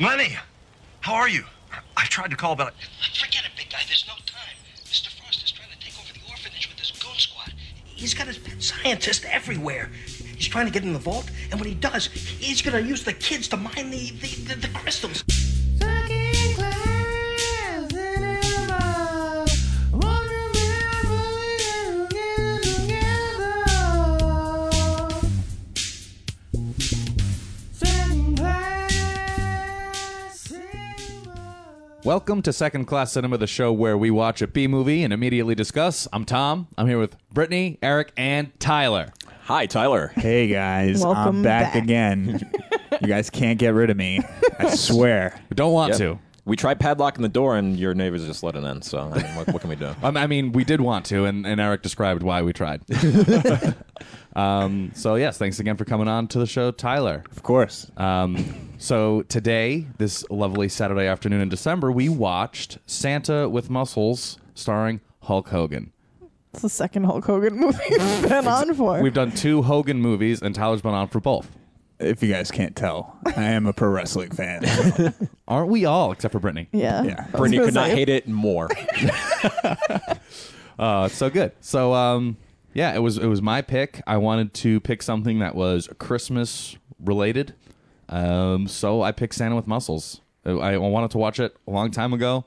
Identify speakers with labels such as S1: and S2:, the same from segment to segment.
S1: Lenny, how are you? I tried to call, but I-
S2: Forget it, big guy. There's no time. Mr. Frost is trying to take over the orphanage with his goon squad. He's got his pet scientist everywhere. He's trying to get in the vault, and when he does, he's going to use the kids to mine the, the, the, the crystals.
S3: Second class in a bus. Wonder if we'll get together. Second class in a bus.
S4: Welcome to Second Class Cinema, the show where we watch a B movie and immediately discuss. I'm Tom. I'm here with Brittany, Eric, and Tyler.
S5: Hi, Tyler.
S6: Hey guys,
S7: Welcome
S6: I'm back,
S7: back.
S6: again. you guys can't get rid of me. I swear.
S4: Don't want
S5: Yep.
S4: to.
S5: We tried padlocking the door, and your neighbors just let it in. So, I mean, what, what can we do?
S4: Um, I mean, we did want to, and, and Eric described why we tried. um, so, yes, thanks again for coming on to the show, Tyler.
S6: Of course. Uh,
S4: Um, so, today, this lovely Saturday afternoon in December, we watched Santa with Muscles starring Hulk Hogan.
S7: It's the second Hulk Hogan movie we've been on for.
S4: We've done two Hogan movies, and Tyler's been on for both.
S6: if you guys can't tell, I am a pro wrestling fan. So,
S4: Aren't we all, except for Brittany?
S7: yeah.
S6: yeah.
S7: I was
S5: Brittany
S7: gonna
S5: could not
S7: say,
S5: hate it more.
S4: Uh, it's so good. So um, yeah, it was it was my pick. I wanted to pick something that was Christmas related. Um, so I picked Santa with Muscles. I, I wanted to watch it a long time ago.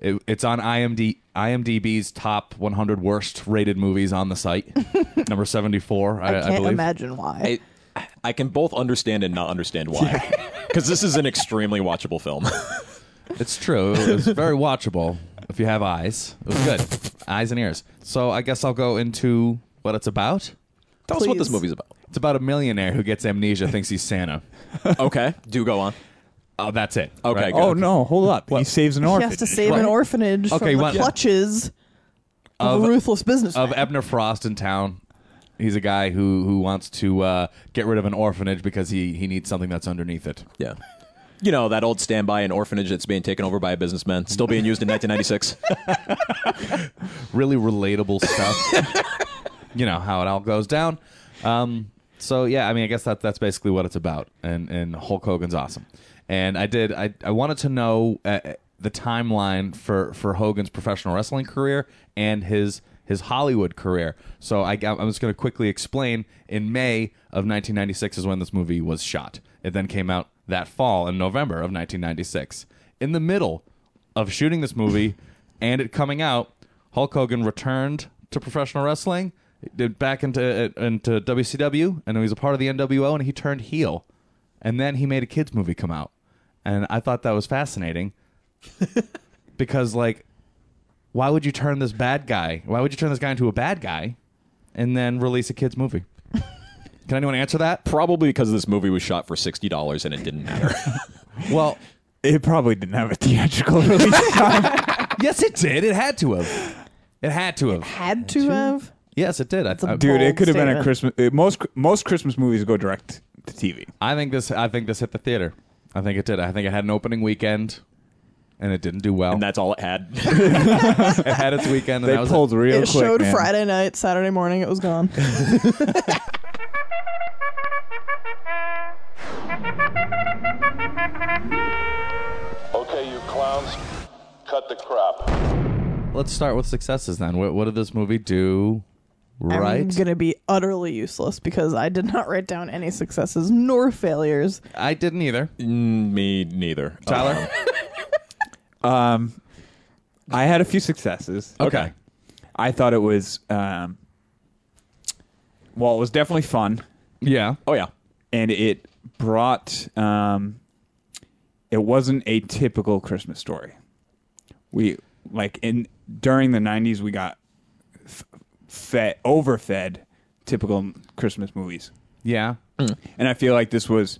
S4: It, it's on IMD, IMDb's top 100 worst rated movies on the site, number 74. I,
S7: I
S4: I
S7: can't
S4: believe.
S7: imagine why.
S5: I, I can both understand and not understand why, because this is an extremely watchable film.
S4: It's true. It was very watchable if you have eyes. It was good, eyes and ears. So I guess I'll go into what it's about.
S5: Tell us what this
S7: Please.
S5: movie's about.
S4: It's about a millionaire who gets amnesia, thinks he's Santa.
S5: Okay, do go on.
S4: Oh, that's it.
S5: Okay,
S4: right?
S5: good.
S6: Oh no, hold up. He saves an
S7: he
S6: orphan.
S7: has to save an
S4: Right.
S7: orphanage
S4: Okay,
S7: from
S4: well-
S7: the clutches of,
S4: Of-
S7: a ruthless business.
S4: of Ebner Frost in town. He's a guy who who wants to uh, get rid of an orphanage because he he needs something that's underneath it.
S5: Yeah, you know that old standby an orphanage that's being taken over by a businessman, still being used in 1996.
S4: Really relatable stuff. you know how it all goes down. Um, so yeah, I mean, I guess that that's basically what it's about. And and Hulk Hogan's awesome. And I did I I wanted to know uh, the timeline for for Hogan's professional wrestling career and his his Hollywood career. So I, I'm just going to quickly explain. In May of 1996 is when this movie was shot. It then came out that fall in November of 1996. In the middle of shooting this movie and it coming out, Hulk Hogan returned to professional wrestling, did back into uh, into WCW, and he was a part of the NWO, and he turned heel, and then he made a kids movie come out, and I thought that was fascinating, because like, why would you turn this bad guy? Why would you turn this guy into a bad guy, and then release a kids movie? Can anyone answer that?
S5: Probably because this movie was shot for sixty dollars and it didn't matter.
S4: Well,
S6: it probably didn't have a theatrical release. Tom.
S4: yes, it did. It had to have. It had to have.
S7: had to have.
S4: Yes, it did. I, I,
S6: Dude, it
S7: Bold
S6: could have been a
S7: statement.
S6: Christmas uh, most most Christmas movies go direct to TV.
S4: I think this. I think this hit the theater. I think it did. I think it had an opening weekend, and it didn't do well.
S5: and that's all it had.
S4: it had its weekend. And
S6: They
S4: that was
S6: pulled
S4: It.
S6: real
S7: It
S6: quick.
S7: showed
S6: man.
S7: Friday night, Saturday morning. It was gone.
S8: Okay, you clowns, cut the crap.
S4: Let's start with successes then. What, what did this movie do? Right.
S7: I'm gonna be utterly useless because I did not write down any successes nor failures.
S4: I didn't either.
S5: Mm, Me neither.
S4: Tyler.
S6: Um I had a few successes.
S4: Okay.
S6: I thought it was um well, it was definitely fun.
S4: Yeah.
S5: Oh yeah.
S6: and it brought um it wasn't a typical christmas story we like in during the 90s we got f- fed overfed typical christmas movies
S4: Yeah.
S6: and i feel like this was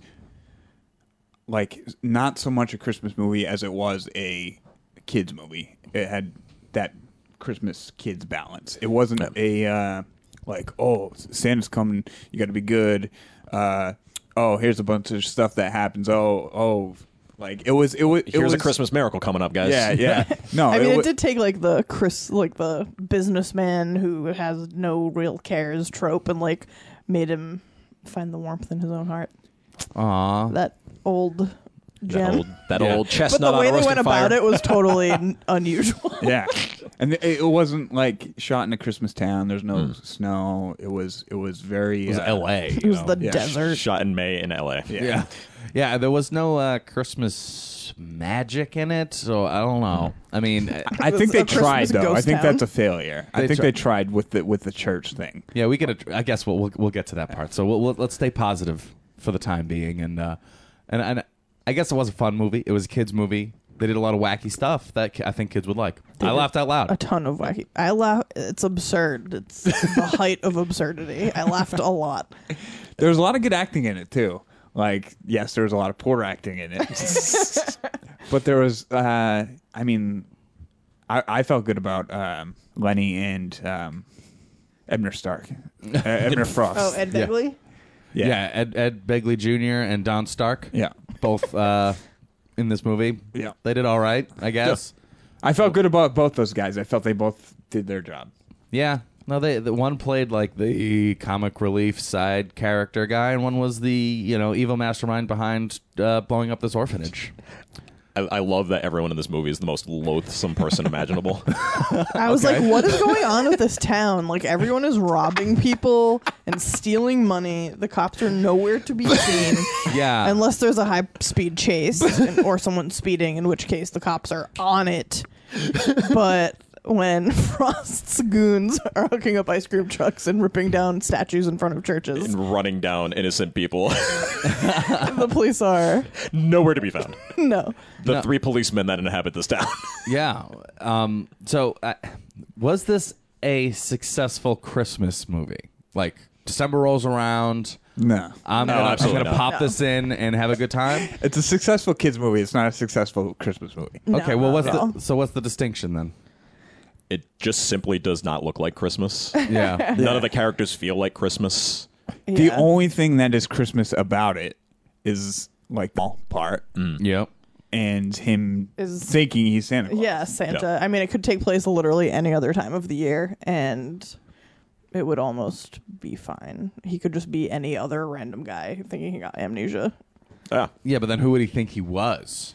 S6: like not so much a christmas movie as it was a kids movie it had that christmas kids balance it wasn't a uh, like oh santa's coming you got to be good uh, oh here's a bunch of stuff that happens oh oh like it was it was it
S5: Here's
S6: was
S5: a Christmas miracle coming up, guys.
S6: yeah yeah no
S7: I mean, it,
S6: wa-
S7: did take like the Chris, like the businessman who has no real cares trope, and like made him find the warmth in his own heart.
S4: Aw.
S7: That old
S5: That
S7: Jim.
S5: old, that
S6: Yeah.
S5: old
S7: but
S5: chestnut
S7: the
S5: on
S7: way
S5: a
S7: they
S5: roasted
S7: went
S5: fire.
S7: about it was totally n- unusual.
S6: Yeah, and it- it wasn't like shot in a Christmas town. There's no snow. It was it was very
S4: It was
S6: uh,
S4: L.A.
S7: It was the
S6: yeah.
S7: desert.
S5: Shot in May in L.A.
S6: Yeah.
S4: yeah, yeah. There was no uh, Christmas magic in it, so I don't know. I mean, uh,
S6: I think
S7: was
S6: they
S7: a Christmas
S6: tried though. I
S7: ghost
S6: think
S7: town.
S6: that's a failure. I
S4: They
S6: think
S4: tri-
S6: they tried with the with the church thing.
S4: yeah, we get. A, I guess we'll, we'll we'll get to that part. So we'll, we'll, let's stay positive for the time being, and uh, and and I guess it was a fun movie. It was a kids movie. They did a lot of wacky stuff that ki- I think kids would like. I
S7: did
S4: laughed out
S7: a
S4: loud.
S7: ton of wacky. I laugh. It's absurd. It's the height of absurdity. I laughed a lot.
S6: There was a lot of good acting in it too. Like yes, there was a lot of poor acting in it, but there was. Uh, I mean, I, I felt good about um, Lenny and um, Ebner Stark, uh, Ebner Frost.
S7: Oh, Ed
S4: Yeah.
S7: Begley.
S4: Yeah. Ed Ed Begley Jr. and Don Stark.
S6: Yeah.
S4: both uh, in this movie.
S6: Yeah.
S4: they did all right, I guess.
S6: I felt good about both those guys. I felt they both did their job.
S4: Yeah. No, they the one played like the comic relief side character guy, and one was the you know evil mastermind behind uh, blowing up this orphanage.
S5: I, I love that everyone in this movie is the most loathsome person imaginable.
S7: I was
S4: Okay.
S7: like, what is going on with this town? Like everyone is robbing people and stealing money. The cops are nowhere to be seen.
S4: Yeah,
S7: Unless there's a high speed chase and, or someone's speeding, in which case the cops are on it. But when Frost's goons are hooking up ice cream trucks and ripping down statues in front of churches,
S5: and running down innocent people,
S7: the police are
S5: nowhere to be found.
S7: no.
S5: The three policemen that inhabit this town.
S4: yeah. Um, so, uh, was this a successful Christmas movie? Like December rolls around,
S6: No,
S4: I'm
S5: No,
S4: gonna, I'm
S5: absolutely
S4: gonna
S5: not.
S4: pop this in and have a good time.
S6: Uh, it's a successful kids movie. It's not a successful Christmas movie.
S7: No,
S4: okay, well,
S7: not
S4: what's
S7: at all.
S4: the, so what's the distinction then?
S5: it just simply does not look like Christmas.
S4: Yeah,
S5: None of the characters feel like Christmas.
S6: The
S7: Yeah.
S6: only thing that is Christmas about it is like the part
S4: Mm.
S7: Hmm.
S4: yep.
S6: and him
S7: Is-
S6: thinking he's Santa Claus.
S7: Yeah, Santa. I mean, it could take place literally any other time of the year, and it would almost be fine. He could just be any other random guy thinking he got amnesia.
S5: Yeah.
S4: Yeah, but then who would he think he was?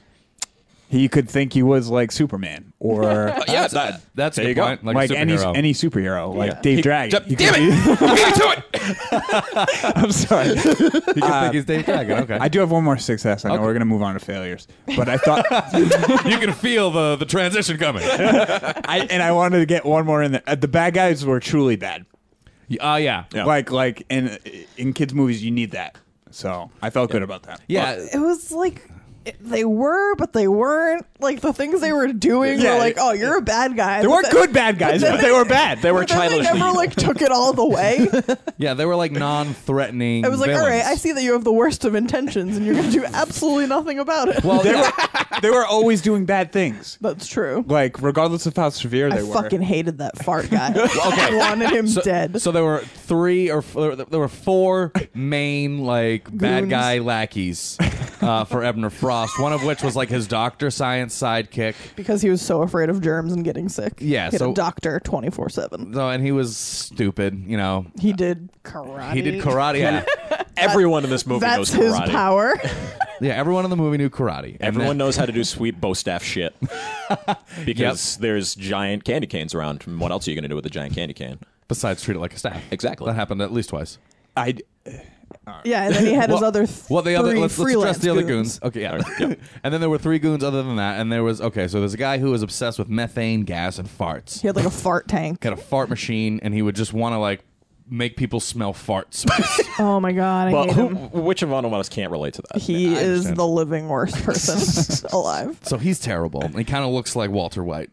S6: He could think he was like Superman or
S5: yeah, that,
S4: That's a
S5: There
S4: good
S5: you go.
S4: point. Like,
S6: like
S4: a
S6: any
S4: superhero.
S6: any superhero, like Dave Dragon. He could be-
S5: it! Get to it!
S6: I'm sorry.
S4: he could
S6: uh,
S4: think he's Dave Dragon. Okay,
S6: I do have one more success. I know
S4: Okay.
S6: we're gonna move on to failures, but I thought
S4: you can feel the the transition coming.
S6: I and I wanted to get one more in there. Uh, The bad guys were truly bad.
S4: Oh yeah.
S5: Yeah.
S6: Like like in in kids movies, you need that. So I felt good about that.
S4: Yeah.
S7: It was like it- they were, but they weren't. Like the things they were doing
S6: Yeah,
S7: were like,
S6: it-
S7: "Oh, you're a bad guy."
S6: They weren't good bad guys, but they were bad. They were
S7: But then they
S5: childishly
S7: never
S5: evil.
S7: like took it all the way.
S4: Yeah, they were like non-threatening.
S7: I was like,
S4: villains.
S7: "All right, I see that you have the worst of intentions, and you're going to do absolutely nothing about it."
S4: Well,
S6: they
S4: yeah,
S6: were they were always doing bad things.
S7: that's true.
S6: Like regardless of how severe they
S7: I
S6: were.
S7: fucking hated that fart guy. I wanted him
S4: so,
S7: dead.
S4: So there were three or four, there were four main like bad
S7: Goons.
S4: guy lackeys uh, for Ebner Frost. One of which was like his doctor science sidekick.
S7: because he was so afraid of germs and getting sick.
S4: Yeah,
S7: he had
S4: so-
S7: a doctor twenty four seven.
S4: No, and he was stupid. You know,
S7: He did karate.
S4: he did karate. Yeah,
S5: Everyone in this movie
S7: That's
S5: knows
S7: his
S5: karate.
S7: power.
S4: yeah. Everyone in the movie knew karate. And
S5: Everyone
S4: then-
S5: knows how to do sweet bo staff shit. because there's giant candy canes around. And What else are you going to do with a giant candy can?
S4: Besides, treat it like a staff.
S5: Exactly.
S4: That happened at least twice.
S6: I
S7: yeah, and then he had his other th-
S4: well, the other
S7: three
S4: let's, let's address
S7: freelance
S4: the other goons. Okay, yeah.
S5: All right, yeah.
S4: and then there were three goons other than that, and there was okay. So there's a guy who was obsessed with methane gas and farts.
S7: He had like a fart tank.
S4: He had a fart machine, and he would just want to like make people smell farts.
S7: Oh my god, I
S5: Well,
S7: hate
S5: who,
S7: him.
S5: which of one of us can't relate to that?
S7: He is the living worst person alive.
S4: so he's terrible. He kind of looks like Walter White.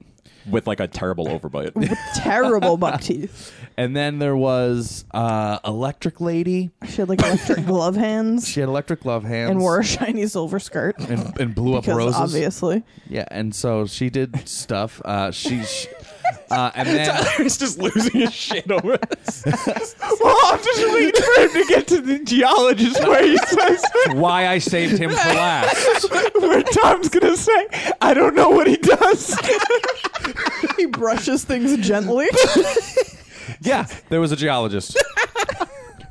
S5: With like a terrible overbite.
S7: Terrible buck teeth.
S4: And then there was uh, Electric Lady.
S7: She had like electric glove hands
S4: She had electric love hands
S7: and wore a shiny silver skirt.
S4: and, and blew up
S7: Because
S4: roses.
S7: obviously,
S4: Yeah, and so she did stuff. Uh, she. sh- Uh, and then
S5: He's just losing his shit over this.
S6: Oh, I'm just waiting for him to get to the geologist where he says
S4: why I saved him for last.
S6: where Tom's gonna say, I don't know what he does.
S7: he brushes things gently.
S4: Yeah, there was a geologist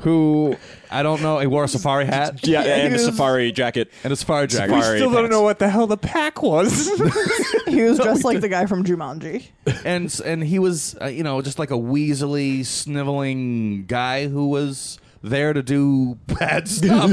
S4: who I don't know. He wore a safari hat
S5: Yeah,
S7: Yeah,
S5: and
S7: he
S5: a
S7: was-
S5: safari jacket.
S4: and a safari jacket.
S5: Safari.
S6: Still don't
S5: pants.
S6: know what the hell the pack was.
S7: He was dressed like the guy from Jumanji.
S4: and and he was uh, you know just like a weaselly sniveling guy who was there to do bad stuff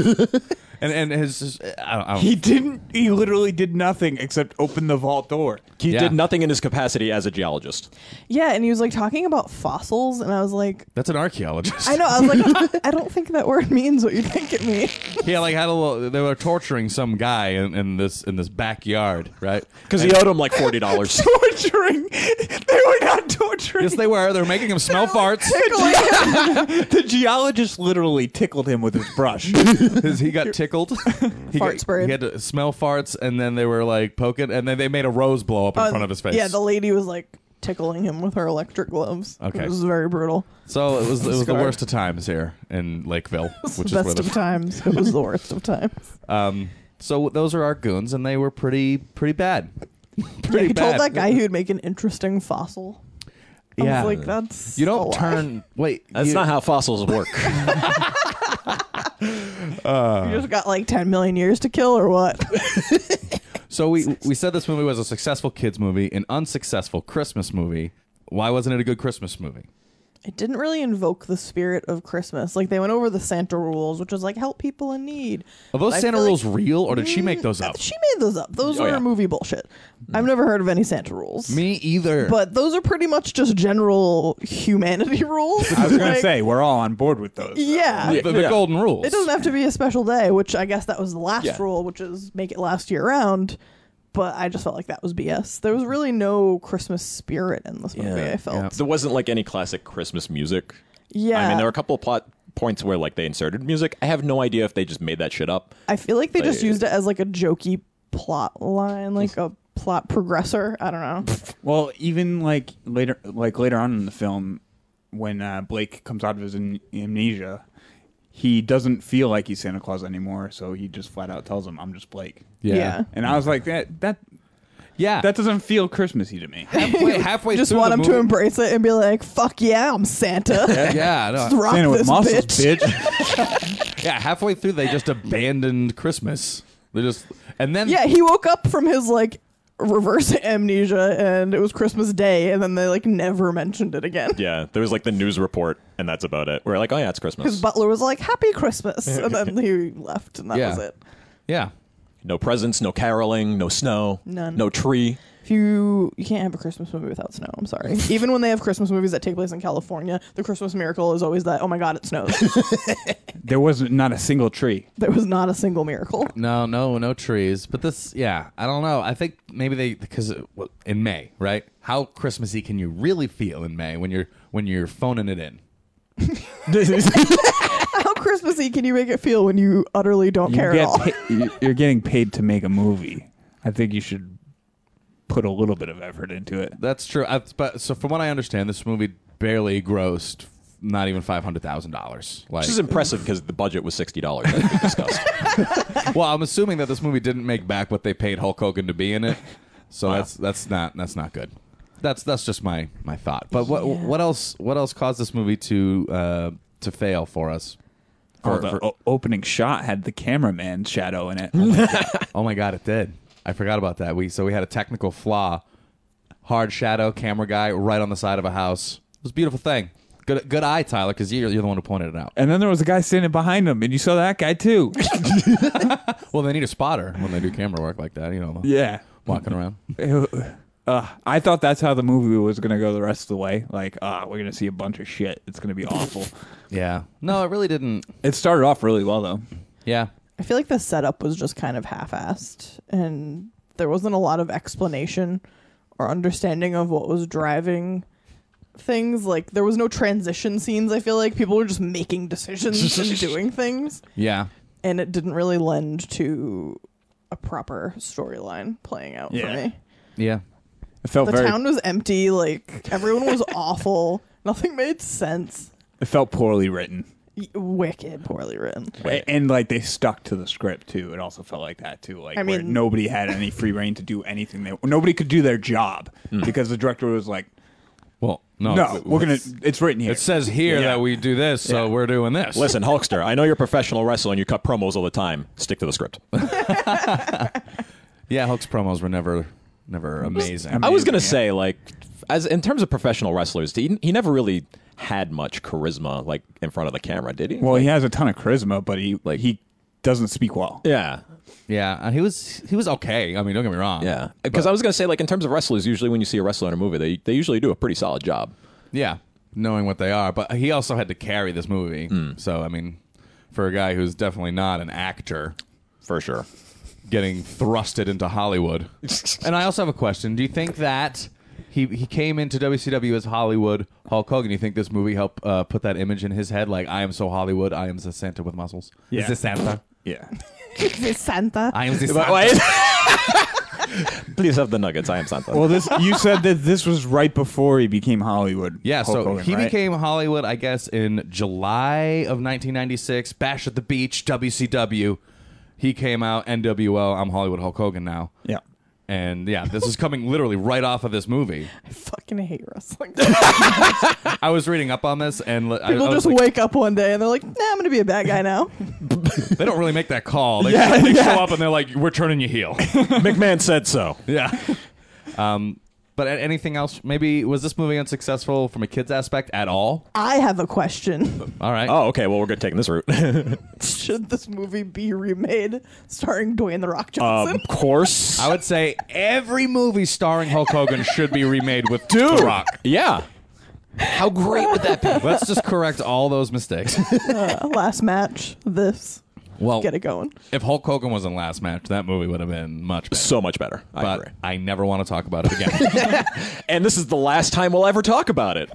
S4: and and his uh, I don't, I don't
S6: he didn't. He literally did nothing except open the vault door.
S5: He
S4: Yeah.
S5: did nothing in his capacity as a geologist.
S7: Yeah, and he was like talking about fossils, and I was like,
S4: that's an archaeologist
S7: I know, I was like, I don't think that word means what you think it means.
S4: he like had a little they were torturing some guy in, in this in this backyard right
S5: Because he owed him like forty dollars.
S6: Torturing. They were not torturing.
S4: yes they were they're making him smell farts
S6: the geologist literally tickled him with his brush.
S4: 'Cause he got tickled he,
S7: Fart
S4: got-
S7: sprayed.
S4: he had to smell farts and then they were like poking and then they made a rose blow up in
S7: Uh,
S4: front of his face
S7: Yeah, the lady was like tickling him with her electric gloves.
S4: Okay.
S7: It was very brutal.
S4: so it was it was the
S7: Scarred.
S4: worst of times here in Lakeville which is where
S7: Best
S4: the
S7: of times. It was the worst of times.
S4: Um, so those are our goons, and they were pretty pretty bad.
S7: Yeah,
S4: pretty
S7: he told
S4: bad.
S7: that guy he would make an interesting fossil. I
S4: Yeah.
S7: was like, that's
S4: you
S7: a
S4: don't
S7: lie.
S4: turn. Wait,
S5: That's
S4: you-
S5: not how fossils work.
S4: Uh.
S7: You just got like 10 million years to kill or what?
S4: So we we said this movie was a successful kids movie, an unsuccessful Christmas movie. Why wasn't it a good Christmas movie?
S7: it didn't really invoke the spirit of Christmas. Like they went over the Santa rules, which was like help people in need.
S4: Are those
S7: But I
S4: Santa
S7: feel like-
S4: rules
S7: Mm,
S4: real, or did she make those up?
S7: She made those up. Those
S5: Oh,
S7: were
S5: yeah.
S7: movie bullshit. I've never heard of any Santa rules.
S4: Me either.
S7: But those are pretty much just general humanity rules.
S6: I was gonna
S7: Like,
S6: say we're all on board with those.
S7: Yeah.
S4: the, the
S5: Yeah.
S4: golden rules.
S7: It doesn't have to be a special day, which I guess that was the last
S5: Yeah.
S7: rule, which is make it last year round. But I just felt like that was BS. There was really no Christmas spirit in this movie. I felt,
S5: there wasn't like any classic Christmas music.
S7: yeah.
S5: I mean, there were
S7: I,
S5: a couple of plot points where like they inserted music. I have no idea if they just made that shit up.
S7: feel like they just
S5: They-
S7: used it as like a jokey plot line, like a plot progressor. I don't know.
S6: Well, even like later, like later on in the film, when uh, Blake comes out of his am- amnesia, he doesn't feel like he's Santa Claus anymore. So he just flat out tells him, "I'm just Blake."
S4: yeah.
S7: yeah.
S4: yeah,
S6: And I was like, that that that doesn't feel Christmassy to me.
S4: halfway, halfway
S7: Just
S4: through
S7: want
S4: the
S7: him
S4: movie,
S7: to embrace it and be like, "Fuck yeah, I'm Santa."
S4: Yeah, no,
S7: Rock
S6: Santa with
S7: this
S6: muscles,
S7: bitch.
S6: bitch.
S4: yeah. Halfway through, they just abandoned Christmas. They just and then
S7: Yeah, he woke up from his like reverse amnesia, and it was Christmas Day, and then they like never mentioned it again.
S5: Yeah, there was like the news report, and that's about it. We're like, oh yeah, it's
S7: His
S5: Christmas.
S7: butler was like, "Happy Christmas," and then he left, and that
S4: Yeah.
S7: was it.
S4: yeah.
S5: No presents, no caroling, no snow,
S7: None.
S5: no tree.
S7: If you you can't have a Christmas movie without snow, I'm sorry. Even when they have Christmas movies that take place in California, the Christmas miracle is always that. Oh my God, it snows.
S6: There wasn't not a single tree.
S7: there was not a single miracle.
S4: No, no, no trees. But this, yeah, I don't know. I think maybe they because it- well, in May, right? How Christmassy can you really feel in May when you're when you're phoning it in?
S7: How Christmassy can you make it feel when you utterly don't care at
S6: get
S7: all?
S6: pa- you- you're getting paid to make a movie. I think you should put a little bit of effort into it.
S4: That's true. I, but so from what I understand, this movie barely grossed not even five hundred thousand dollars. Like,
S5: Which is impressive because the budget was sixty dollars. As we discussed.
S4: well, I'm assuming that this movie didn't make back what they paid Hulk Hogan to be in it. So that's that's not that's not good. That's that's just my my thought. But what what else what else caused this movie to uh, to fail for us?
S6: Oh,
S4: For-
S6: the
S4: for-
S6: o- opening shot had the cameraman shadow in it.
S4: Oh my god, it did. I forgot about that. We so we had a technical flaw. Hard shadow camera guy right on the side of a house. It was a beautiful thing. Good good eye, Tyler, because you're, you're the one who pointed it out.
S6: and then there was a guy standing behind him, and you saw that guy too.
S4: Well, they need a spotter when they do camera work like that. You know,
S6: yeah.
S4: walking around.
S6: Uh, I thought that's how the movie was going to go the rest of the way. Like, ah, we're going to see a bunch of shit. It's going to be awful.
S4: Yeah. No, it really didn't.
S6: it started off really well, though.
S4: Yeah.
S7: I feel like the setup was just kind of half-assed, and there wasn't a lot of explanation or understanding of what was driving things. Like there was no transition scenes. I feel like people were just making decisions and doing things,
S4: Yeah.
S7: and it didn't really lend to a proper storyline playing out
S6: Yeah.
S7: for me.
S4: Yeah.
S6: It felt
S7: The
S6: very.
S7: town was empty. Like everyone was awful. Nothing made sense.
S6: it felt poorly written,
S7: Y- Wicked, poorly written.
S6: A- and like they stuck to the script too. It also felt like that too. Like,
S7: I
S6: where
S7: mean-
S6: nobody had Hmm. any free reign to do anything. They nobody could do their job because the director was like,
S4: Well, No,
S6: no, we're gonna. It's written here.
S4: It says here
S6: Yeah.
S4: that we do this, so we're doing this.
S5: Listen, Hulkster, I know you're a professional wrestler and you cut promos all the time. Stick to the script.
S4: yeah, Hulk's promos were never, never amazing.
S5: I was gonna say, like, as in terms of professional wrestlers, he, he never really had much charisma, like in front of the camera, did he?
S6: Well, he has a ton of charisma, but he
S5: Like-
S6: like he doesn't speak well.
S5: yeah,
S4: Yeah, and he was he was okay. I mean, don't get me wrong.
S5: yeah. Because I was gonna say, like, in terms of wrestlers, usually when you see a wrestler in a movie, they they usually do a pretty solid job.
S4: yeah, knowing what they are, but he also had to carry this movie. So I mean, for a guy who's definitely not an actor,
S5: For sure.
S4: getting thrusted into Hollywood. and I also have a question. Do you think that he he came into WCW as Hollywood Hulk Hogan? Do you think this movie helped uh, put that image in his head? Like I am so Hollywood. I am the Santa with muscles.
S6: Yeah.
S4: Is this Santa?
S6: Yeah.
S7: Santa.
S4: I am the Santa.
S5: Please have the nuggets. I am Santa.
S6: Well, this you said that this was right before he became Hollywood.
S4: Yeah,
S6: Hulk
S4: so
S6: Hogan,
S4: he
S6: right?
S4: became Hollywood, I guess, in July of 1996. Bash at the Beach, WCW. He came out, NWO. I'm Hollywood Hulk Hogan now.
S6: Yeah.
S4: And yeah, this is coming literally right off of this movie.
S7: I fucking hate wrestling.
S4: I was reading up on this, and li- I, I
S7: People
S4: was
S7: just
S4: like,
S7: wake up one day and they're like, "Nah, I'm gonna be a bad guy now."
S4: they don't really make that call. They, they show up and they're like, "We're turning you heel."
S5: McMahon said so.
S4: yeah. Um, but a- anything else? Maybe was this movie unsuccessful from a kids aspect at all?
S7: I have a question:
S4: All right.
S5: Oh, okay. Well, we're good taking this route.
S7: Should this movie be remade, starring Dwayne the
S6: Um,
S7: Rock Johnson?
S5: of Um, course.
S4: I would say every movie starring Hulk Hogan should be remade with The Rock.
S5: yeah. How great would that be?
S4: Let's just correct all those mistakes.
S7: Uh, last match, this
S4: Well,
S7: get it going.
S4: if Hulk Hogan was in last match, that movie would have been much better.
S5: So much better. I
S4: But
S5: agree.
S4: I never want to talk about it again.
S5: And this is the last time we'll ever talk about it.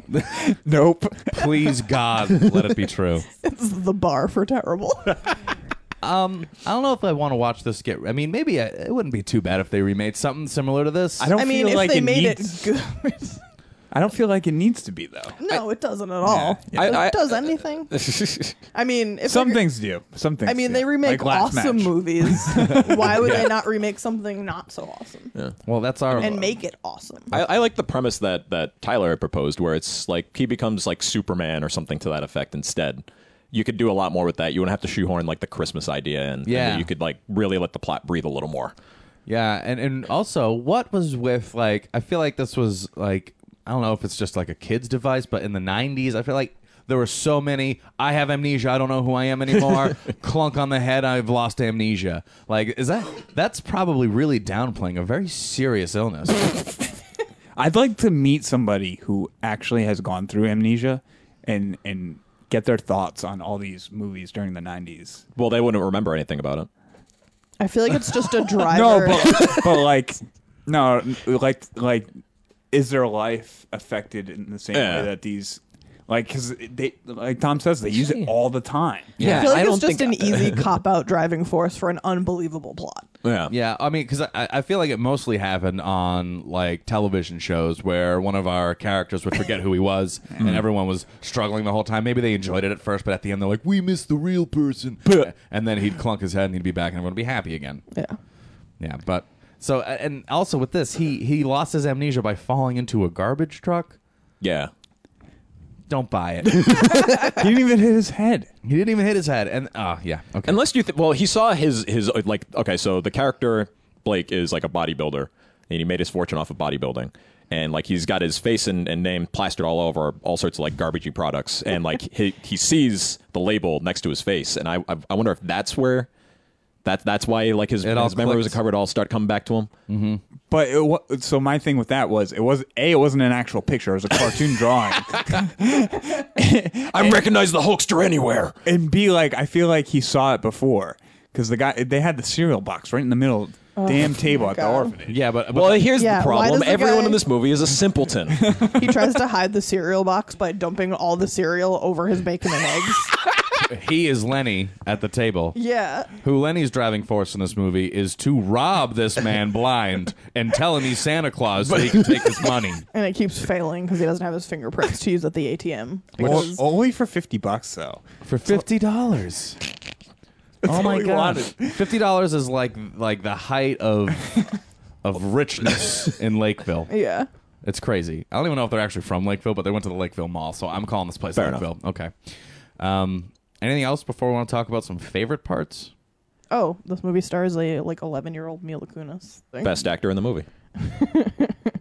S6: Nope.
S4: Please, God, let it be true.
S7: It's the bar for terrible.
S4: I don't know if I want to watch this get. I mean, maybe I, it wouldn't be too bad if they remade something similar to this.
S6: I don't
S7: I mean,
S6: feel
S7: if
S6: like
S7: they
S6: it
S7: made
S6: needs-
S7: it good.
S6: I don't feel like it needs to be though.
S7: No, it doesn't at all.
S5: Yeah.
S7: It
S5: I- I-
S7: does anything. I mean, if
S6: uh, Some
S7: they're-
S6: things do. Some things.
S7: I mean,
S6: do.
S7: they remake
S6: Like last
S7: awesome
S6: match.
S7: movies. Why would they not remake something not so awesome
S4: well, that's our.
S7: and make it awesome?
S5: I, I like the premise that that Tyler had proposed, where it's like he becomes like Superman or something to that effect instead. You could do a lot more with that. You wouldn't have to shoehorn like the Christmas idea, and and
S4: Yeah.
S5: you could like really let the plot breathe a little more.
S4: Yeah, and and also, what was with like? I feel like this was like I don't know if it's just like a kid's device, but in the '90s, I feel like there were so many. I have amnesia. I don't know who I am anymore. Clunk on the head. I've lost amnesia. Like, is that that's probably really downplaying a very serious illness.
S6: I'd like to meet somebody who actually has gone through amnesia, and and get their thoughts on all these movies during the '90s.
S5: Well, they wouldn't remember anything about it.
S7: I feel like it's just a
S6: No,
S7: driver.
S6: but but like no, like like is their life affected in the same
S5: Yeah.
S6: way that these like because they like Tom says they use it all the time.
S7: I feel like it's just an easy cop out driving force for an unbelievable plot.
S5: Yeah,
S4: Yeah, I mean, because I, I feel like it mostly happened on like television shows where one of our characters would forget who he was, and everyone was struggling the whole time. Maybe they enjoyed it at first, but at the end they're like, "We missed the real person," and then he'd clunk his head and he'd be back, and everyone would be happy again.
S7: Yeah.
S4: Yeah, but so a- and also with this, he he lost his amnesia by falling into a garbage truck.
S5: yeah.
S4: Don't buy it. he
S6: He didn't even hit his head.
S4: didn't even hit his head, and oh yeah, okay.
S5: Unless you, th- well, he saw his his uh, like okay, so the character Blake is like a bodybuilder, and he made his fortune off of bodybuilding, and like he's got his face and, and name plastered all over all sorts of like garbagey products, and like he he sees the label next to his face, and I I, I wonder if that's where. That, that's why like his,
S4: It all
S5: his memories
S4: clicked.
S5: are covered all start coming back to him.
S6: But it wa- so my thing with that was it was a it wasn't an actual picture. It was a cartoon drawing.
S5: I recognize the Hulkster anywhere.
S6: and B like I feel like he saw it before because the guy they had the cereal box right in the middle, damn table at the
S7: Oh God.
S6: orphanage.
S4: yeah, but, but
S5: Well, here's
S7: Yeah,
S5: the
S7: why
S5: problem.
S7: does the
S5: Everyone
S7: guy-
S5: in this movie is a simpleton.
S7: He tries to hide the cereal box by dumping all the cereal over his bacon and eggs.
S4: he is Lenny at the table.
S7: Yeah.
S4: who Lenny's driving force in this movie is to rob this man blind and tell him he's Santa Claus so he can take his money.
S7: And it keeps failing because he doesn't have his fingerprints to use at the ATM.
S6: O-
S7: Because
S6: only for fifty bucks though.
S4: For fifty dollars. Oh my god. Fifty dollars is like like the height of of richness in Lakeville.
S7: yeah.
S4: It's crazy. I don't even know if they're actually from Lakeville, but they went to the Lakeville Mall, so I'm calling this place
S5: Fair enough.
S4: Lakeville. Okay. Um, anything else before we want to talk about some favorite parts?
S7: Oh, this movie stars a like eleven year old Mila Kunis. Thing.
S5: Best actor in the movie.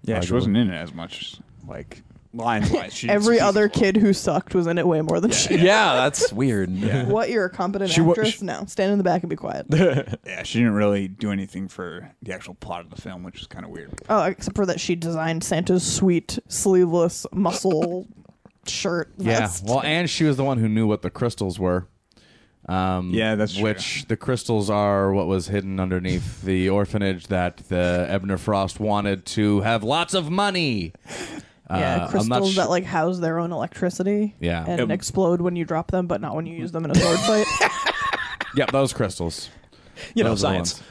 S6: Yeah, she wasn't in it as much. Like lines wise, she didn't
S7: Every
S6: speak.
S7: other kid who sucked was in it way more than she.
S5: Yeah, that's weird.
S7: What? You're a competent
S6: She wa-
S7: actress?
S6: she-
S7: no, stand in the back and be quiet.
S6: Yeah, she didn't really do anything for the actual plot of the film, which is kind of weird.
S7: oh, except for that she designed Santa's sweet sleeveless muscle shirt.
S4: Yeah.
S7: vest.
S4: Well, and she was the one who knew what the crystals were. Um,
S6: Yeah, that's true.
S4: which the crystals are what was hidden underneath the orphanage that the Ebner Frost wanted to have lots of money.
S7: yeah,
S4: uh, I'm not
S7: crystals
S4: su-
S7: that like house their own electricity.
S4: Yeah.
S7: and
S4: Um,
S7: explode when you drop them, but not when you use them in a sword fight.
S4: Yep, those crystals.
S5: You know,
S4: Those are the
S5: science.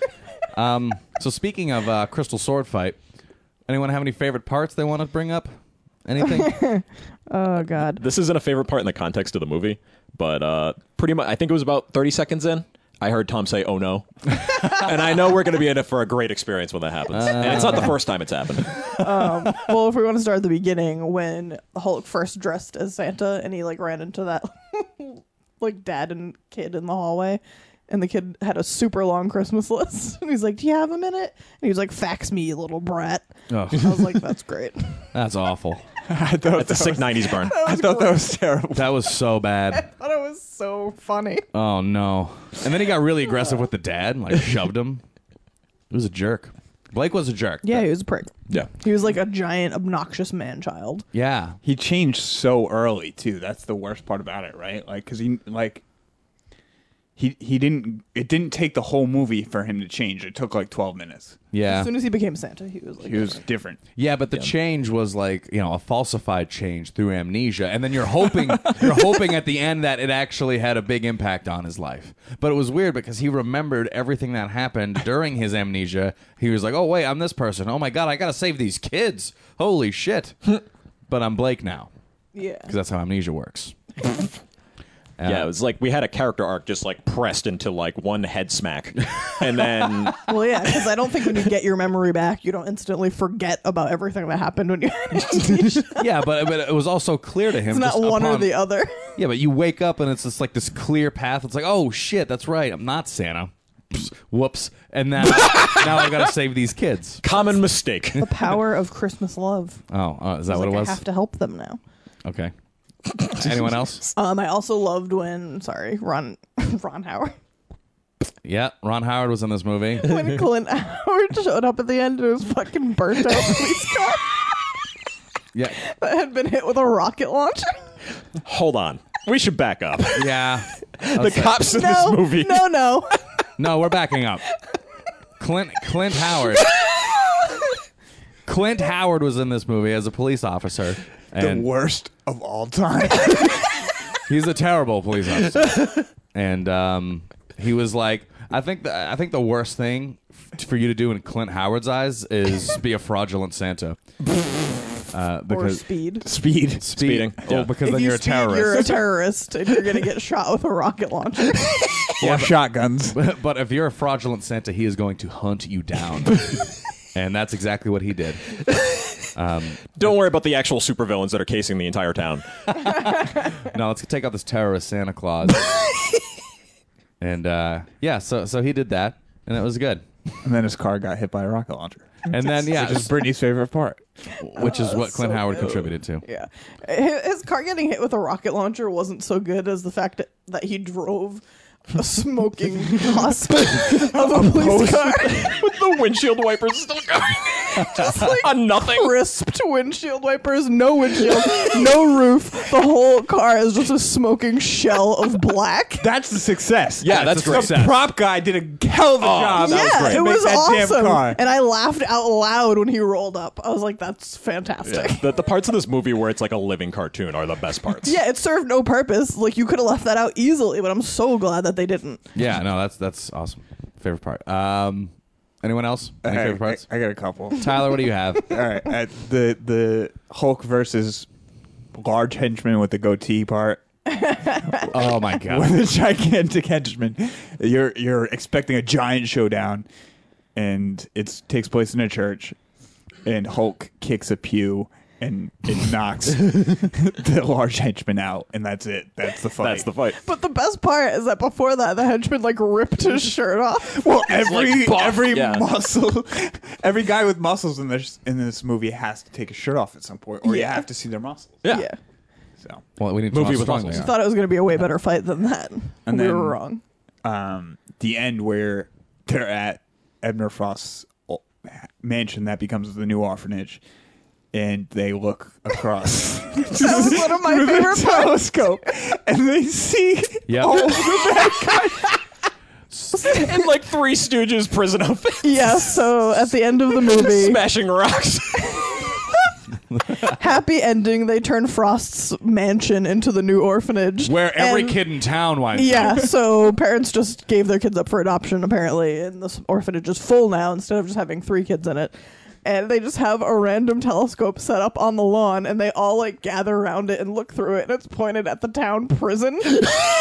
S4: Um, so speaking of uh, crystal sword fight, anyone have any favorite parts they want to bring up? Anything?
S7: Oh God.
S5: This isn't a favorite part in the context of the movie, but uh, pretty much, I think it was about 30 seconds in. I heard Tom say, "Oh no," and I know we're going to be in it for a great experience when that
S7: Uh.
S5: happens. and it's not the first time it's happened.
S7: Well, if we want to start at the beginning, when Hulk first dressed as Santa and he like ran into that like dad and kid in the hallway, and the kid had a super long Christmas list, and he's like, "Do you have a minute?" And he was like, "Fax me, you little brat." I
S4: Ugh,
S7: was like, "That's great."
S4: that's awful.
S6: I thought
S5: That's a sick 90s burn.
S6: I thought that was terrible.
S4: That was so bad.
S7: Thought it was so funny.
S4: Oh no! And then he got really aggressive with the dad and like shoved him. It was a jerk. Blake was a jerk.
S7: Yeah, he was a prick.
S5: Yeah.
S7: He was like a giant, obnoxious man child.
S4: Yeah.
S6: He changed so early too. That's the worst part about it, right? Like, cause he like he he didn't. It didn't take the whole movie for him to change. It took like twelve minutes.
S4: Yeah.
S7: As soon as he became Santa, he was like,
S6: He was different.
S4: Yeah, but the change was like you know a falsified change through amnesia, and then you're hoping you're hoping at the end that it actually had a big impact on his life. But it was weird because he remembered everything that happened during his amnesia. He was like, "Oh wait, I'm this person. Oh my god, I gotta save these kids. Holy shit!" but I'm Blake now
S7: "Yeah."
S4: because that's how amnesia works.
S5: Yeah, it was like we had a character arc just like pressed into like one head smack, and then
S7: Well, yeah, because I don't think when you get your memory back, you don't instantly forget about everything that happened when you. it's
S4: yeah, but but it was also clear to him.
S7: not
S4: just
S7: one or
S4: upon-
S7: the other.
S4: Yeah, but you wake up and it's just like this clear path. It's like, oh shit, that's right. I'm not Santa. Psst, whoops. And now, now I gotta save these kids.
S5: common mistake.
S7: The power of Christmas love.
S4: Oh, uh, is that what
S7: Like,
S4: it was?
S7: I have to help them now.
S4: okay. Anyone else?
S7: Um, I also loved when sorry, Ron, Ron Howard,
S4: Yeah, Ron Howard was in this movie.
S7: when Clint Howard showed up at the end, it was fucking burnt out police car
S4: Yeah,
S7: that had been hit with a rocket launcher.
S5: Hold on, we should back up.
S4: yeah.
S5: the cops in
S7: No,
S5: this movie.
S7: no, no.
S4: No, we're backing up. Clint Clint Howard. Clint Howard was in this movie as a police officer,
S6: the
S4: and
S6: worst of all time.
S4: he's a terrible police officer. and um, he was like, I think the, I think the worst thing f- for you to do in Clint Howard's eyes is be a fraudulent Santa. Uh,
S7: Or
S4: because
S7: speed.
S6: Speed.
S4: Speed-
S5: Speeding,
S4: Oh,
S5: yeah.
S4: because
S7: If
S4: then
S7: you
S4: you're a
S7: speed,
S4: terrorist.
S7: You're a terrorist, and you're gonna get shot with a rocket launcher.
S6: Or shotguns.
S4: but if you're a fraudulent Santa, he is going to hunt you down. and that's exactly what he did.
S5: Don't worry about the actual supervillains that are casing the entire town.
S4: Now let's take out this terrorist Santa Claus. and uh, yeah, so so he did that, and it was good.
S6: And then his car got hit by a rocket launcher.
S4: And then yeah,
S6: Which is Brittany's favorite part.
S4: which is what Clint Howard contributed to.
S7: Yeah. Hi- His car getting hit with a rocket launcher wasn't so good as the fact that, that he drove a smoking husk of a police car.
S5: With the windshield wipers still going. Just like on nothing.
S7: Crisped windshield wipers, no windshield, no roof. The whole car is just a smoking shell of black.
S6: That's the success.
S5: Yeah, that's
S6: the
S5: great.
S6: prop guy did a hell of a job.
S7: yeah,
S6: to
S7: it
S6: make
S7: was
S6: Ah, that
S7: awesome.
S6: Damn car.
S7: And I laughed out loud when he rolled up. I was like, that's fantastic. Yeah.
S5: The, the parts of this movie where it's like a living cartoon are the best parts.
S7: it served no purpose. Like you could have left that out easily, but I'm so glad that they didn't.
S4: Yeah, no, that's that's awesome. Favorite part. Um, anyone else? Any
S6: All
S4: favorite
S6: right,
S4: parts?
S6: I, I got a couple.
S4: Tyler, what do you have?
S6: All right, uh, the the Hulk versus large henchman with the goatee part.
S4: oh my god.
S6: the gigantic henchman. You're you're expecting a giant showdown, and it takes place in a church, and Hulk kicks a pew and it knocks the large henchman out, and that's it. That's the fight.
S5: That's the fight.
S7: But the best part is that before that, the henchman like ripped his shirt off.
S6: Well, every
S5: like buff,
S6: every
S5: yeah.
S6: muscle, every guy with muscles in this in this movie has to take his shirt off at some point, or you
S7: Yeah.
S6: have to see their muscles.
S5: Yeah.
S6: So,
S4: Well, we need
S5: Movie
S4: to
S5: with
S4: with strongly.
S5: muscles.
S4: on it.
S7: Thought it was going to be a way better fight than that.
S6: And
S7: we
S6: then-
S7: were wrong.
S6: um, the end where they're at Ebner Frost's o- mansion that becomes the new orphanage, and they look across
S7: That was one of my
S6: through
S7: favorite
S6: the
S7: parts.
S6: telescope, and they see
S4: Yep.
S6: all
S5: Oh.
S6: the bad guys.
S5: and like three Stooges prison outfit
S7: Yeah, so at the end of the movie,
S5: smashing rocks.
S7: happy ending, they turn Frost's mansion into the new orphanage.
S4: Where every
S7: And-
S4: kid in town winds up.
S7: Yeah, so parents just gave their kids up for adoption, apparently, and this orphanage is full now instead of just having three kids in it. And they just have a random telescope set up on the lawn, and they all like gather around it and look through it, and it's pointed at the town prison,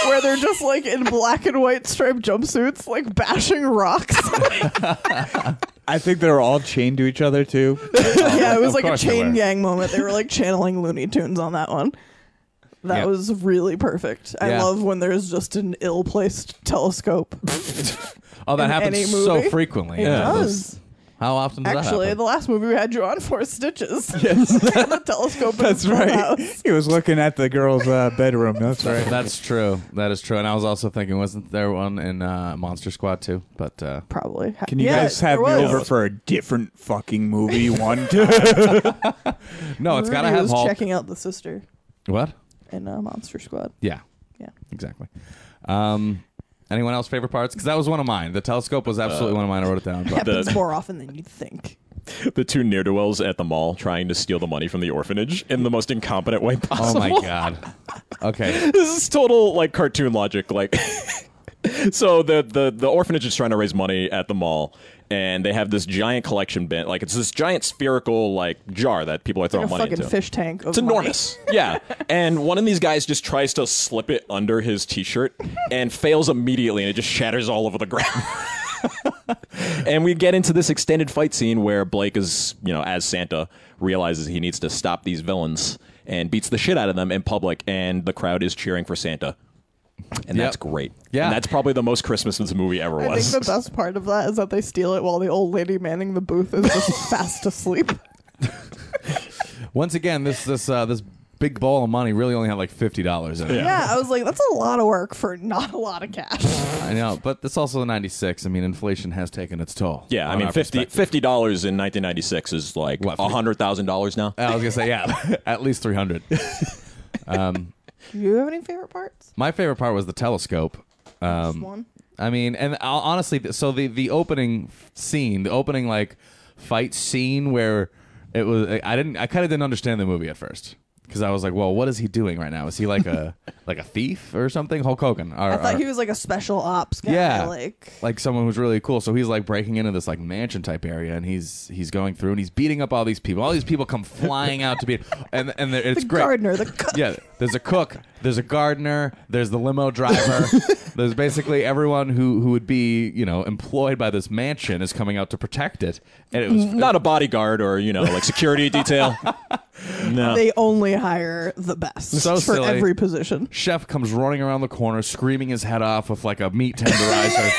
S7: where they're just like in black and white striped jumpsuits, like bashing rocks.
S6: I think they're all chained to each other too.
S7: yeah, it was
S4: Of
S7: like a
S4: course they
S7: chain
S4: were.
S7: gang moment. They were like channeling Looney Tunes on that one. That
S4: Yeah.
S7: was really perfect. I
S4: Yeah.
S7: love when there's just an ill placed telescope.
S4: Oh, that
S7: in
S4: happens
S7: any
S4: so
S7: movie.
S4: frequently.
S7: It
S4: Yeah.
S7: does.
S4: How often does
S7: Actually,
S4: that happen?
S7: the last movie we had you on for Stitches. Yes. the telescope. in
S6: That's
S7: the
S6: right.
S7: dollhouse.
S6: He was looking at the girl's uh, bedroom. That's right.
S4: That's true. That is true. And I was also thinking, wasn't there one in uh, Monster Squad too? But uh,
S7: Probably.
S6: Can you
S7: Yeah,
S6: guys have
S7: there
S6: me
S7: was.
S6: over for a different fucking movie one time?
S4: no, it's got to
S7: Rudy
S4: have
S7: was
S4: Hulk.
S7: checking out the sister
S4: What?
S7: in uh, Monster Squad.
S4: Yeah.
S7: Yeah.
S4: Exactly. Um, anyone else favorite parts? Because that was one of mine. The telescope was
S5: Uh,
S4: absolutely one of mine. I wrote it down. But
S7: Happens more often than you think.
S5: the two near do wells at the mall trying to steal the money from the orphanage in the most incompetent way
S7: Um,
S4: oh
S5: possible.
S4: my god. Okay.
S5: this is total like cartoon logic like so the, the the orphanage is trying to raise money at the mall and they have this giant collection bin like it's this giant spherical like jar that people are throwing
S7: A
S5: money
S7: fucking
S5: into
S7: fish tank. Of
S5: it's enormous yeah and one of these guys just tries to slip it under his t-shirt and fails immediately and it just shatters all over the ground and we get into this extended fight scene where Blake is, you know, as Santa realizes he needs to stop these villains and beats the shit out of them in public, and the crowd is cheering for Santa. And
S4: Yep.
S5: that's great.
S4: Yeah.
S5: And that's probably the most Christmas this movie ever
S7: I
S5: was.
S7: think the best part of that is that they steal it while the old lady manning the booth is just fast asleep.
S4: Once again, this this uh, this big ball of money really only had like fifty dollars in it.
S7: Yeah, I was like, that's a lot of work for not a lot of cash.
S4: I know, but it's also '96. I mean, inflation has taken its toll.
S5: yeah, I
S4: on
S5: mean,
S4: our
S5: 50
S4: perspective.
S5: $50 in 1996 is like
S4: What,
S5: a
S4: fifty-
S5: $100,000 now.
S4: I was gonna say, yeah, at least three hundred.
S7: Do you have any favorite parts?
S4: My favorite part was the telescope.
S7: Just one.
S4: I mean, and I'll- honestly, th- so the the opening scene, the opening like fight scene where it was, I I didn't, I kind of didn't understand the movie at first because I was like, well, what is he doing right now? Is he like a like a thief or something? Hulk Hogan? Or,
S7: I thought
S4: or-
S7: he was like a special ops guy.
S4: yeah,
S7: Like
S4: someone who's really cool. So he's like breaking into this like mansion type area, and he's he's going through and he's beating up all these people. All these people come flying out to beat, and and they're- it's
S7: the
S4: great.
S7: gardener, the cook.
S4: Yeah, there's a cook, there's a gardener, there's the limo driver. there's basically everyone who who would be, you know, employed by this mansion is coming out to protect it. And it was
S5: Not a bodyguard or, you know, like security detail. No.
S7: They only hire the best
S4: So
S7: for
S4: silly.
S7: every position.
S4: chef comes running around the corner screaming his head off with like a meat tenderizer.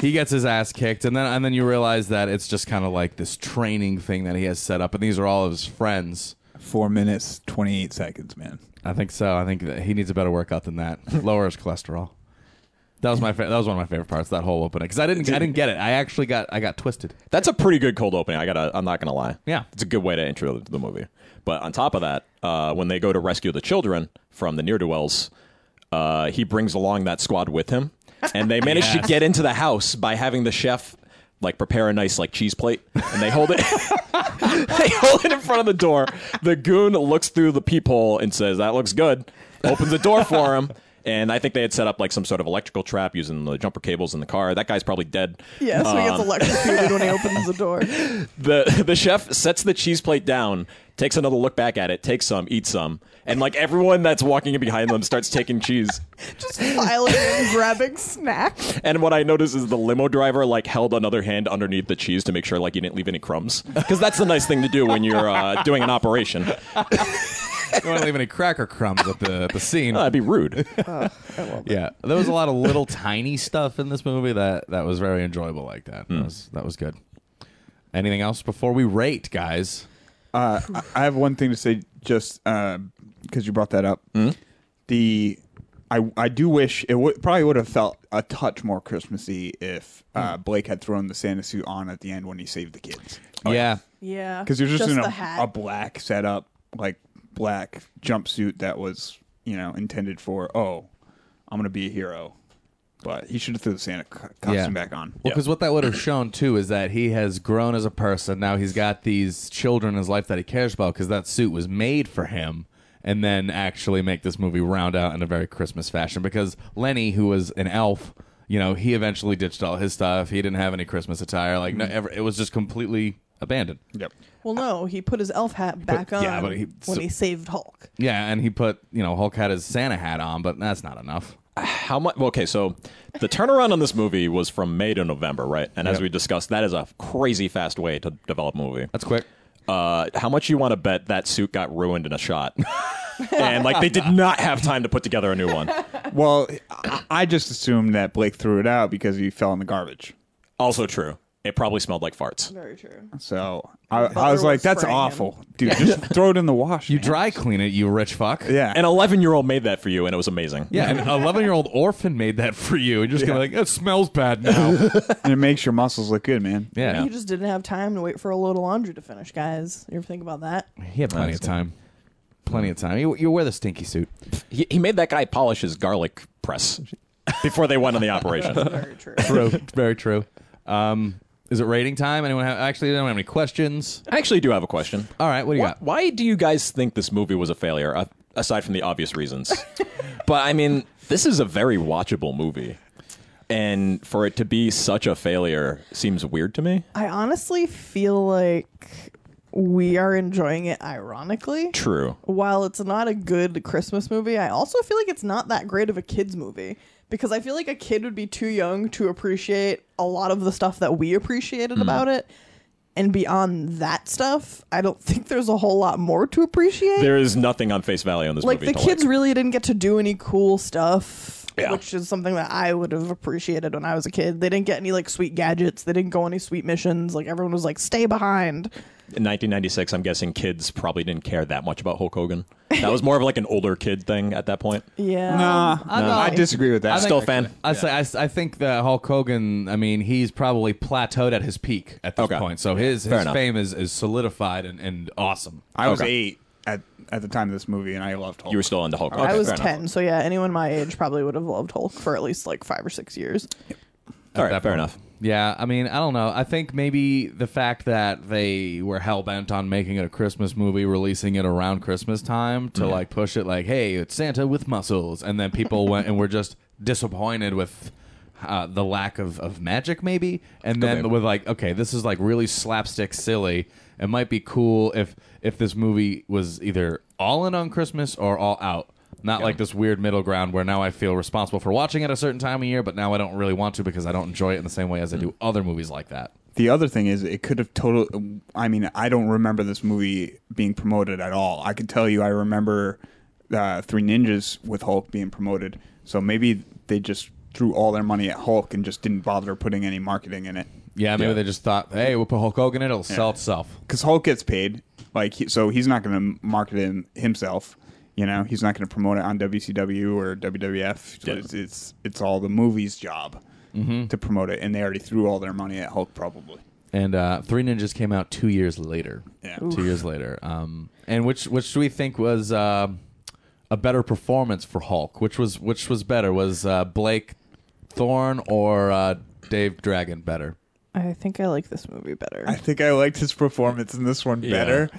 S4: he gets his ass kicked and then and then you realize that it's just kind of like this training thing that he has set up and these are all of his friends.
S6: Four minutes, 28 seconds, man.
S4: I think so. I think that he needs a better workout than that. Lower his cholesterol. That was my fa- that was one of my favorite parts. That whole opening because I didn't I didn't get it. I actually got I got twisted.
S5: That's a pretty good cold opening. I gotta. I'm not gonna lie.
S4: Yeah.
S5: it's a good way to intro the movie. But on top of that, uh, when they go to rescue the children from the near do wells, uh, he brings along that squad with him, and they manage to get into the house by having the chef like prepare a nice like cheese plate, and they hold it. they hold it in front of the door. The goon looks through the peephole and says, "That looks good." Opens the door for him. And I think they had set up like some sort of electrical trap using the jumper cables in the car. That guy's probably dead Um,
S7: Yeah, so he gets electrocuted when he opens the door.
S5: the the chef sets the cheese plate down takes another look back at it, takes some, eats some, and like everyone that's walking behind them starts taking cheese.
S7: Just filing in, grabbing snacks.
S5: And what I noticed is the limo driver like held another hand underneath the cheese to make sure like you didn't leave any crumbs, because that's the nice thing to do when you're uh, doing an operation.
S4: don't want to leave any cracker crumbs at the at the scene.
S5: That'd be rude.
S4: yeah, there was a lot of little tiny stuff in this movie that that was very enjoyable. Like that, that was that was good. Anything else before we rate, guys?
S6: Uh, I- I have one thing to say, just because you brought that up.
S4: Hmm?
S6: The I I do wish it would probably would have felt a touch more Christmassy if uh,
S4: Hmm.
S6: Blake had thrown the Santa suit on at the end when he saved the kids,
S4: yeah.
S7: Yeah.
S6: because you're just, in
S7: the
S6: a,
S7: hat.
S6: a black setup, like black jumpsuit that was you know intended for oh I'm gonna be a hero, but he should have threw the Santa co- costume
S4: Yeah.
S6: back on.
S4: Well, because what that would have shown too is that he has grown as a person. Now he's got these children in his life that he cares about because that suit was made for him. And then actually make this movie round out in a very Christmas fashion because Lenny, who was an elf, you know, he eventually ditched all his stuff. He didn't have any Christmas attire. Like, no, ever, it was just completely abandoned.
S6: Yep.
S7: well, no, he put his elf hat back on
S4: yeah, but he-
S7: when
S4: so-
S7: he saved Hulk.
S4: Yeah, and he put you know Hulk had his Santa hat on, but that's not enough.
S5: how much okay so the turnaround on this movie was from may to november right and as
S4: Yep.
S5: we discussed that is a crazy fast way to develop a movie
S4: That's quick.
S5: uh, how much you want to bet that suit got ruined in a shot and like they did not have time to put together a new one
S6: Well, I, I just assumed that Blake threw it out because he fell in the garbage.
S5: also true it probably smelled like farts
S7: Very true.
S6: So I,
S7: Butter
S6: I was like,
S7: was
S6: "That's
S7: spraying him."
S6: awful, dude. Just throw it in the wash."
S4: You
S6: man."
S4: dry clean it, you rich fuck.
S6: yeah.
S5: an 11 year old made that for you and it was amazing
S4: Yeah, an 11 year old orphan made that for you. You're just gonna be like, it smells bad now.
S6: and it makes your muscles look good, man.
S4: yeah,
S7: He just didn't have time to wait for a load of laundry to finish, guys. You ever think about that?
S4: he had plenty of time. Plenty of time. You, you wear the stinky suit.
S5: he, he made that guy polish his garlic press before they went on the operation
S7: Very true.
S4: True. Very true. Um, is it rating time? Anyone have, actually? Anyone have any questions?
S5: i actually do have a question
S4: All right, what do you
S5: Why,
S4: got?
S5: why Uh, do you guys think this movie was a failure, uh, aside from the obvious reasons? but I mean, this is a very watchable movie, and for it to be such a failure seems weird to me.
S7: I honestly feel like we are enjoying it ironically.
S5: True.
S7: While it's not a good Christmas movie, I also feel like it's not that great of a kids movie because I feel like a kid would be too young to appreciate a lot of the stuff that we appreciated
S5: Hmm.
S7: about it. And beyond that stuff, I don't think there's a whole lot more to appreciate.
S5: There is nothing on face value on this
S7: like
S5: movie.
S7: the
S5: to
S7: kids really didn't get to do any cool stuff
S5: Yeah.
S7: which is something that i would have appreciated when i was a kid they didn't get any like sweet gadgets they didn't go on any sweet missions like everyone was like stay behind
S5: In 1996, I'm guessing kids probably didn't care that much about Hulk Hogan. That was more of like an older kid thing at that point.
S7: yeah
S6: Nah,
S7: uh,
S6: I disagree with that.
S5: Still a fan.
S4: I say I, s- I think that Hulk Hogan. I mean, he's probably plateaued at his peak at this
S5: Okay.
S4: point. So his
S5: Fair
S4: his
S5: enough.
S4: fame is, is solidified and, and awesome.
S6: I was
S5: Okay.
S6: eight at at the time of this movie, and I loved Hulk.
S5: You were still into Hulk.
S7: i
S5: Okay,
S7: was
S5: fair enough.
S7: 10 so yeah anyone my age probably would have loved hulk for at least like five or six years
S5: All right,
S4: that
S5: fair
S4: point.
S5: enough.
S4: Yeah, I mean, I don't know. I think maybe the fact that they were hell bent on making it a Christmas movie, releasing it around Christmas time to like push it, like, hey, it's Santa with muscles, and then people went and were just disappointed with uh, the lack of, of magic, maybe, and then
S5: Okay.
S4: with like, okay, this is like really slapstick silly. It might be cool if if this movie was either all in on Christmas or all out. Not like this weird middle ground where now I feel responsible for watching at a certain time of year, but now I don't really want to because I don't enjoy it in the same way as I do other movies like that.
S6: the other thing is, it could have total. I mean, I don't remember this movie being promoted at all. I can tell you, I remember uh, Three Ninjas with Hulk being promoted. So maybe they just threw all their money at Hulk and just didn't bother putting any marketing in it.
S4: Yeah, maybe they just thought, hey, we'll put Hulk Hogan in, it'll sell itself.
S6: because Hulk gets paid, like he, so he's not going to market him himself. You know, he's not going to promote it on WCW or WWF.
S5: Yeah.
S6: It's, it's it's all the movie's job to promote it, and they already threw all their money at Hulk, probably.
S4: And uh, Three Ninjas came out two years later.
S6: Yeah.
S4: Two years later. Um, and which which do we think was uh, a better performance for Hulk? Which was which was better? Was uh, Blake Thorne or uh, Dave Dragon better?
S7: i think i like this movie better
S6: I think I liked his performance in this one better.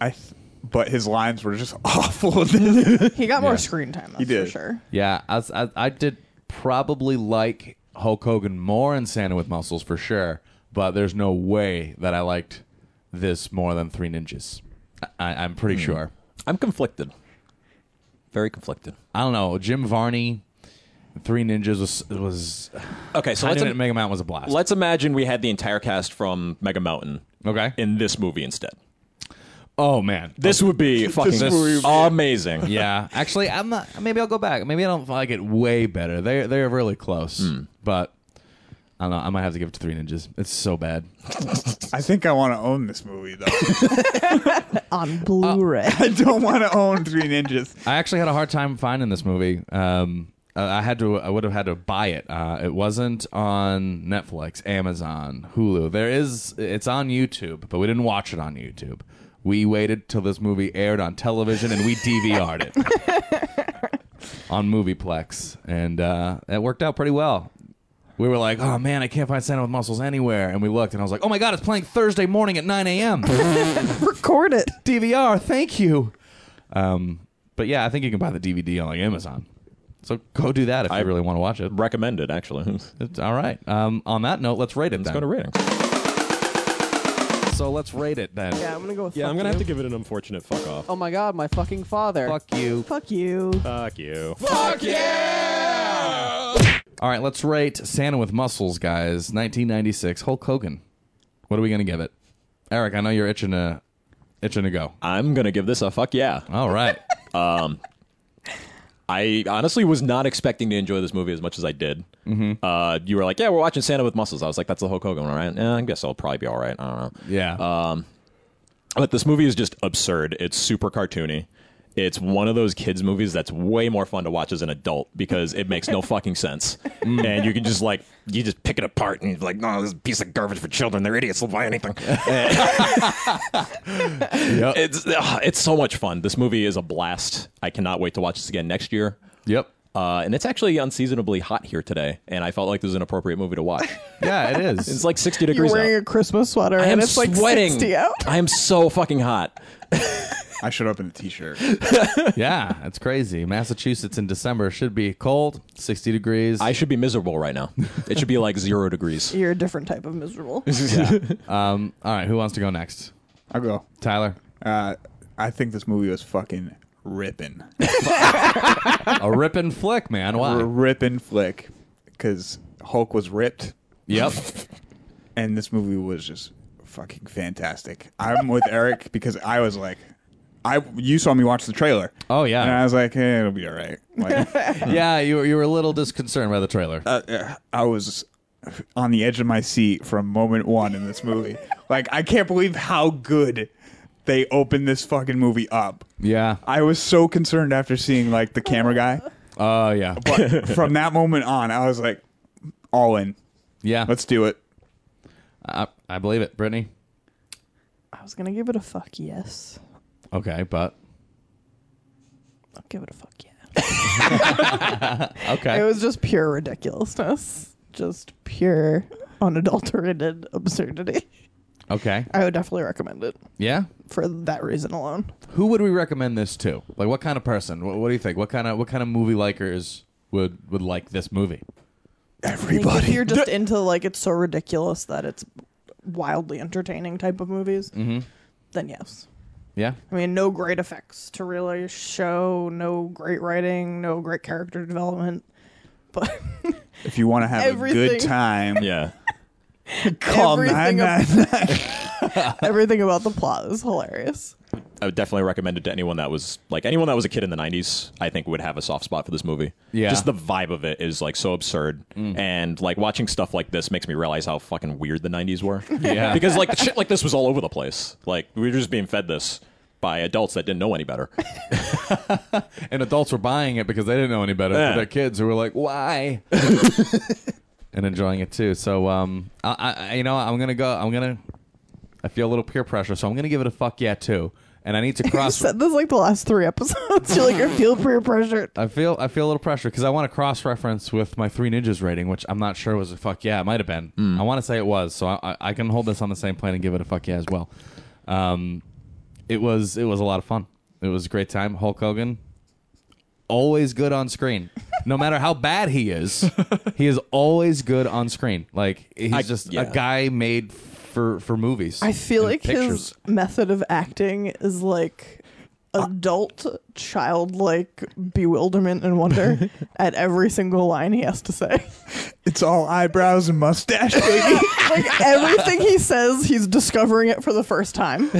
S6: I, th- but his lines were just awful.
S7: he got more screen time that's
S6: He did.
S7: for sure
S4: Yeah, I, I, I did probably like Hulk Hogan more in Santa with Muscles for sure, but there's no way that I liked this more than Three Ninjas. I, I'm pretty sure.
S5: I'm conflicted. Very conflicted.
S4: I don't know. Jim Varney, Three Ninjas was was.
S5: Okay, so
S4: I
S5: let's
S4: didn't Mega Mountain was a blast.
S5: let's imagine we had the entire cast from Mega Mountain
S4: okay.
S5: in this movie instead.
S4: oh man.
S5: This would be fucking
S4: movie-
S5: amazing.
S4: yeah. Actually, I'm not. Maybe I'll go back. Maybe I don't like it way better. They they're really close, but I don't know. I might have to give it to Three Ninjas. It's so bad.
S6: I think I want to own this movie though.
S7: on Blu-ray.
S6: I don't want to own Three Ninjas.
S4: I actually had a hard time finding this movie. Um, I I had to. I would have had to buy it. Uh, it wasn't on Netflix, Amazon, Hulu. There is. It's on YouTube, but we didn't watch it on YouTube. We waited till this movie aired on television, and we DVR'd it on MoviePlex, and uh, it worked out pretty well. We were like, "Oh man, I can't find Santa with Muscles anywhere," and we looked, and I was like, "Oh my god, it's playing Thursday morning at 9 a.m."
S7: Record it.
S4: DVR, thank you. Um, but yeah, I think you can buy the DVD on like Amazon. So go do that if you really want to watch it.
S5: Recommended, actually. Let's
S4: It's all right. Um, on that note, let's rate it.
S5: go
S4: then.
S5: to ratings.
S4: So let's rate it then.
S9: Yeah, I'm gonna go with.
S5: Yeah,
S9: fuck
S5: I'm gonna
S9: you.
S5: have to give it an unfortunate fuck off.
S9: Oh
S7: Um,
S9: my god, my fucking father.
S4: Fuck you.
S7: Fuck you.
S5: Fuck you.
S4: All right, let's rate Santa with Muscles, guys. 1996. Hulk Hogan. What are we gonna give it, Eric? I know you're itching to itching to go.
S5: I'm gonna give this a fuck yeah.
S4: All right.
S5: I honestly was not expecting to enjoy this movie as much as I did. Mm-hmm. Uh, you were like, "Yeah, we're watching Santa with muscles." I was like, "That's the Hulk Hogan one, right?" Eh, I guess I'll probably be all right. I don't know.
S4: Yeah.
S5: Uh, But this movie is just absurd. It's super cartoony. It's one of those kids movies that's way more fun to watch as an adult because it makes no fucking sense, and you can just like you just pick it apart and you're like, no, this is a piece of garbage for children. They're idiots. They'll buy anything.
S4: yep.
S5: it's ugh, it's so much fun. This movie is a blast. I cannot wait to watch this again next year.
S4: yep.
S5: Uh, and it's actually unseasonably hot here today, and I felt like this was an appropriate movie to watch.
S4: Yeah, it is.
S5: It's like 60
S7: You're
S5: degrees
S7: wearing
S5: out.
S7: a Christmas sweater
S5: I am
S7: and it's like
S5: sweating.
S7: 60 out.
S5: I am so fucking hot.
S6: I showed up in a T-shirt.
S4: yeah, it's crazy. Massachusetts in December should be cold, 60 degrees.
S5: I should be miserable right now. It should be like zero degrees.
S7: You're a different type of miserable.
S4: All right, who wants to go next?
S6: I'll go.
S4: Tyler.
S6: Uh, I think this movie was fucking ripping,
S4: a ripping flick, man.
S6: R-
S4: Why?
S6: ripping flick, because Hulk was ripped,
S4: yep.
S6: and this movie was just fucking fantastic. I'm with Eric because I was like, I you saw me watch the trailer.
S4: Oh, yeah.
S6: and I was like, eh, it'll be all right. Like, uh,
S4: Yeah, you were, you were a little disconcerted by the trailer.
S6: I was on the edge of my seat from moment one in this movie. like, I can't believe how good they opened this fucking movie up.
S4: yeah.
S6: I was so concerned after seeing like the camera guy.
S4: Oh, yeah.
S6: But from that moment on, I was like, all in.
S4: Yeah.
S6: Let's do it.
S4: I, I believe it, Brittany.
S7: I was gonna give it a fuck yes.
S4: Okay, but
S7: I'll give it a fuck yeah.
S4: okay.
S7: It was just pure ridiculousness. Just pure unadulterated absurdity.
S4: okay.
S7: I would definitely recommend it
S4: Yeah.
S7: for that reason alone.
S4: Who would we recommend this to? Like, what kind of person? What, what do you think? What kind of what kind of movie likers would would like this movie?
S7: Like, if you're just into like it's so ridiculous that it's wildly entertaining type of movies, then yes.
S4: Yeah.
S7: I mean, no great effects to really show, no great writing, no great character development, but
S6: If you want to have a good
S7: Everything.
S6: time,
S5: Yeah.
S6: call
S7: Everything
S6: 999.
S7: everything about the plot is hilarious.
S5: I would definitely recommend it to anyone that was like anyone that was a kid in the 90s, I think would have a soft spot for this movie.
S4: Yeah. Mm.
S5: Just the vibe of it is like so absurd. And like watching stuff like this makes me realize how fucking weird the 90s were.
S4: Yeah.
S5: because like shit like this was all over the place. Like we were just being fed this by adults that didn't know any better.
S4: And adults were buying it because they didn't know any better.
S5: Yeah.
S4: For their kids who were like, "Why?" and enjoying it too. So, um, I, I- I, you know, I'm gonna go. I'm gonna. I feel a little peer pressure, so I'm gonna give it a fuck yeah too. And I need to
S7: You
S4: cross.
S7: said this like the last three episodes. You're like, you feel peer pressure.
S4: I feel I feel a little pressure because I want to cross reference with my Three Ninjas rating, which I'm not sure was a fuck yeah. It might have been.
S5: Mm.
S4: I want to say it was, so I, I- I can hold this on the same plane and give it a fuck yeah as well. Um, it was it was a lot of fun. It was a great time. Hulk Hogan, always good on screen, no matter how bad he is. he is always good on screen. Like he's
S5: I-
S4: just
S5: yeah.
S4: a guy made for for movies.
S7: I feel
S4: and
S7: like
S4: pictures.
S7: his method of acting is like adult, childlike bewilderment and wonder at every single line he has to say.
S6: It's all eyebrows and mustache, baby.
S7: like everything he says, he's discovering it for the first time.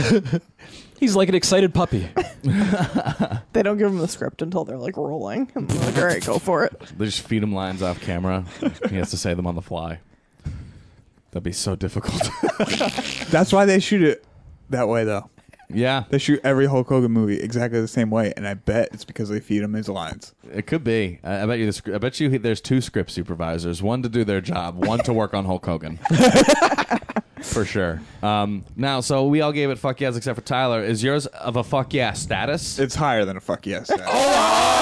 S5: He's like an excited puppy.
S7: They don't give him the script until they're like rolling. And they're like, all right, go for it.
S4: They just feed him lines off camera. he has to say them on the fly. That'd be so difficult.
S6: That's why they shoot it that way, though.
S4: yeah,
S6: They shoot every Hulk Hogan movie exactly the same way, and I bet it's because they feed him his lines.
S4: it could be. I, I bet you. The, scr- I bet you. he- There's two script supervisors. One to do their job. One to work on Hulk Hogan. for sure. Um, now, so we all gave it fuck yes, except for Tyler. Is yours of a fuck yeah status?
S6: It's higher than a fuck yes.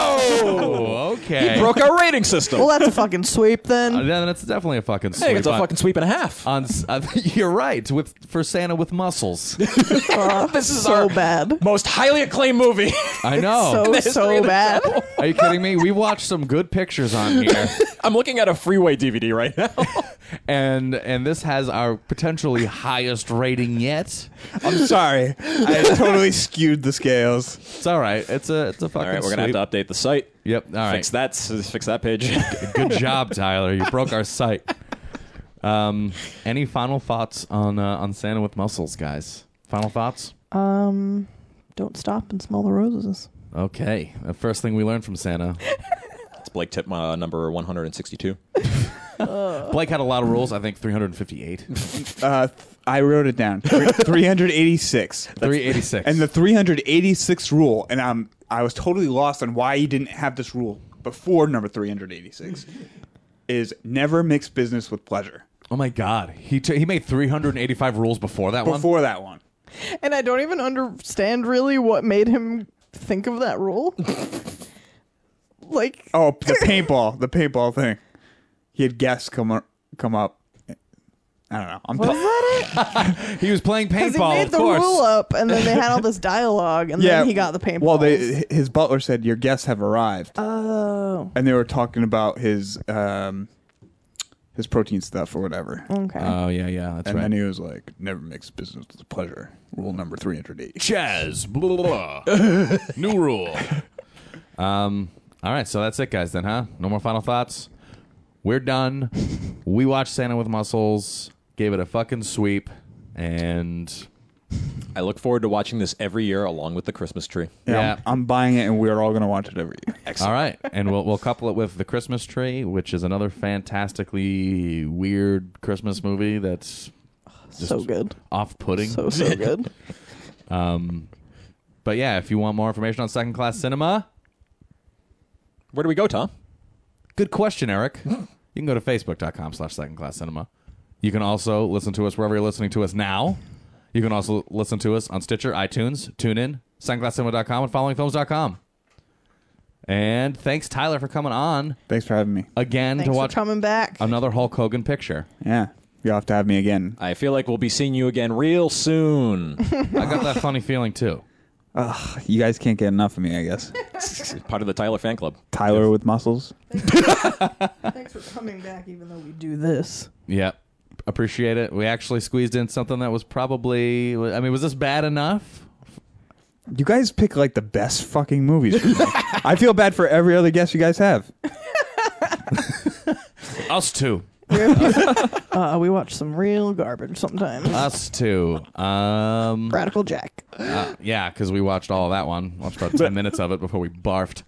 S4: oh, okay.
S5: Broke our rating system.
S7: Well, that's a fucking sweep
S4: Uh,
S7: then.
S4: then that's definitely a fucking.
S5: I think it's a
S4: sweep.
S5: fucking sweep and a half.
S4: On, s- uh, you're right. With for Santa with muscles.
S5: this is
S7: so bad.
S5: most highly acclaimed movie.
S4: I know.
S7: So
S5: history
S7: so
S5: of the
S7: bad.
S4: Are you kidding me? We watched some good pictures on here,
S5: I'm looking at a freeway DVD right now.
S4: and and this has our potentially highest rating yet.
S6: I'm sorry. I totally skewed the scales.
S4: It's all right. It's a it's a fucking.
S5: All right, we're gonna have to update the site.
S4: Yep. All right.
S5: Fix that. Fix that page.
S4: Good job, Tyler. You broke our sight. Um, any final thoughts on uh, on Santa with muscles, guys? Final thoughts.
S7: Um, don't stop and smell the roses.
S4: Okay. The first thing we learned from Santa.
S5: It's Blake tip uh, number 162.
S4: Blake had a lot of rules. I think 358,
S6: Uh, th- I wrote it down. Three- 386.
S4: 386,
S6: And the 386 rule, and I'm I was totally lost on why you didn't have this rule before number 386, is never mix business with pleasure.
S4: oh my god, he t- he made 385 rules before that one.
S6: Before that one.
S7: And I don't even understand really what made him think of that rule. like,
S6: Oh, the paintball, the paintball thing. He had guests come up, come up. I don't know. I'm
S7: was that it?
S4: He was playing
S7: Because he
S4: Oh, paintball,
S7: made
S4: of
S7: the
S4: course.
S7: rule up, and then they had all this dialogue, and then he got the paintball.
S6: Well, they, his butler said your guests have arrived,
S7: Oh,
S6: and they were talking about his um, his protein stuff or whatever.
S7: okay.
S4: Oh yeah, yeah, that's
S6: and
S4: right.
S6: then he was like, "Never mix business with pleasure." Rule number three hundred eight.
S4: Chaz, blah, blah, blah. New rule. Um, all right, so that's it, guys, then, huh? No more final thoughts? We're done. We watched Santa with Muscles, gave it a fucking sweep, and
S5: I look forward to watching this every year along with the Christmas tree.
S6: Yeah,
S4: Yeah.
S6: I'm, I'm buying it, and we're all gonna watch it every year.
S4: all right, and we'll we'll couple it with the Christmas tree, which is another fantastically weird Christmas movie that's
S7: so good.
S4: off-putting.
S7: So, so good.
S4: um, but yeah, if you want more information on Second Class Cinema,
S5: Where do we go, Tom?
S4: Good question, Eric. You can go to facebook.com slash second class cinema. You can also listen to us wherever you're listening to us now. You can also listen to us on Stitcher, iTunes, TuneIn, secondclasscinema.com, and followingfilms.com. And thanks, Tyler, for coming on
S6: Thanks for having me.
S4: again
S7: Thanks
S4: to
S7: for
S4: watch
S7: coming back.
S4: another Hulk Hogan picture.
S6: Yeah, you'll have to have me again.
S5: I feel like we'll be seeing you again real soon.
S4: I got that funny feeling, too.
S6: You guys can't get enough of me, I guess.
S5: Part of the Tyler fan club.
S6: Tyler with muscles.
S7: Thanks for coming back, even though we do this.
S4: Yep. Appreciate it. We actually squeezed in something that was probably, I mean, was this bad enough?
S6: You guys pick like the best fucking movies. for me. I feel bad for every other guest you guys have.
S4: Us too.
S7: Uh, we watch some real garbage sometimes.
S4: Us too. Um,
S7: Radical Jack.
S4: Uh, yeah, because we watched all of that one. Watched about 10 minutes of it before we barfed.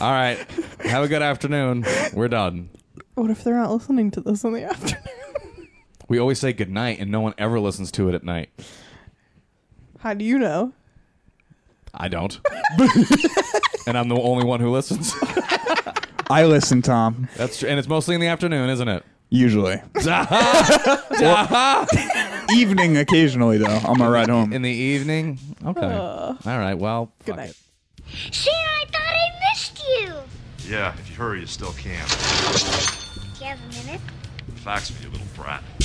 S4: all right. Have a good afternoon. We're done.
S7: What if they're not listening to this in the afternoon?
S4: We always say good night, and no one ever listens to it at night.
S7: How do you know?
S4: I don't. and I'm the only one who listens.
S6: I listen, Tom.
S4: That's true. And it's mostly in the afternoon, isn't it?
S6: Usually, evening occasionally though. On my ride home.
S4: In the evening? Okay. all right. Well,
S7: Good
S4: fuck
S7: night.
S4: it.
S9: Cher, I thought I missed you.
S1: Yeah, if you hurry, you still can.
S9: Do you have a minute?
S1: Fax me, you little brat.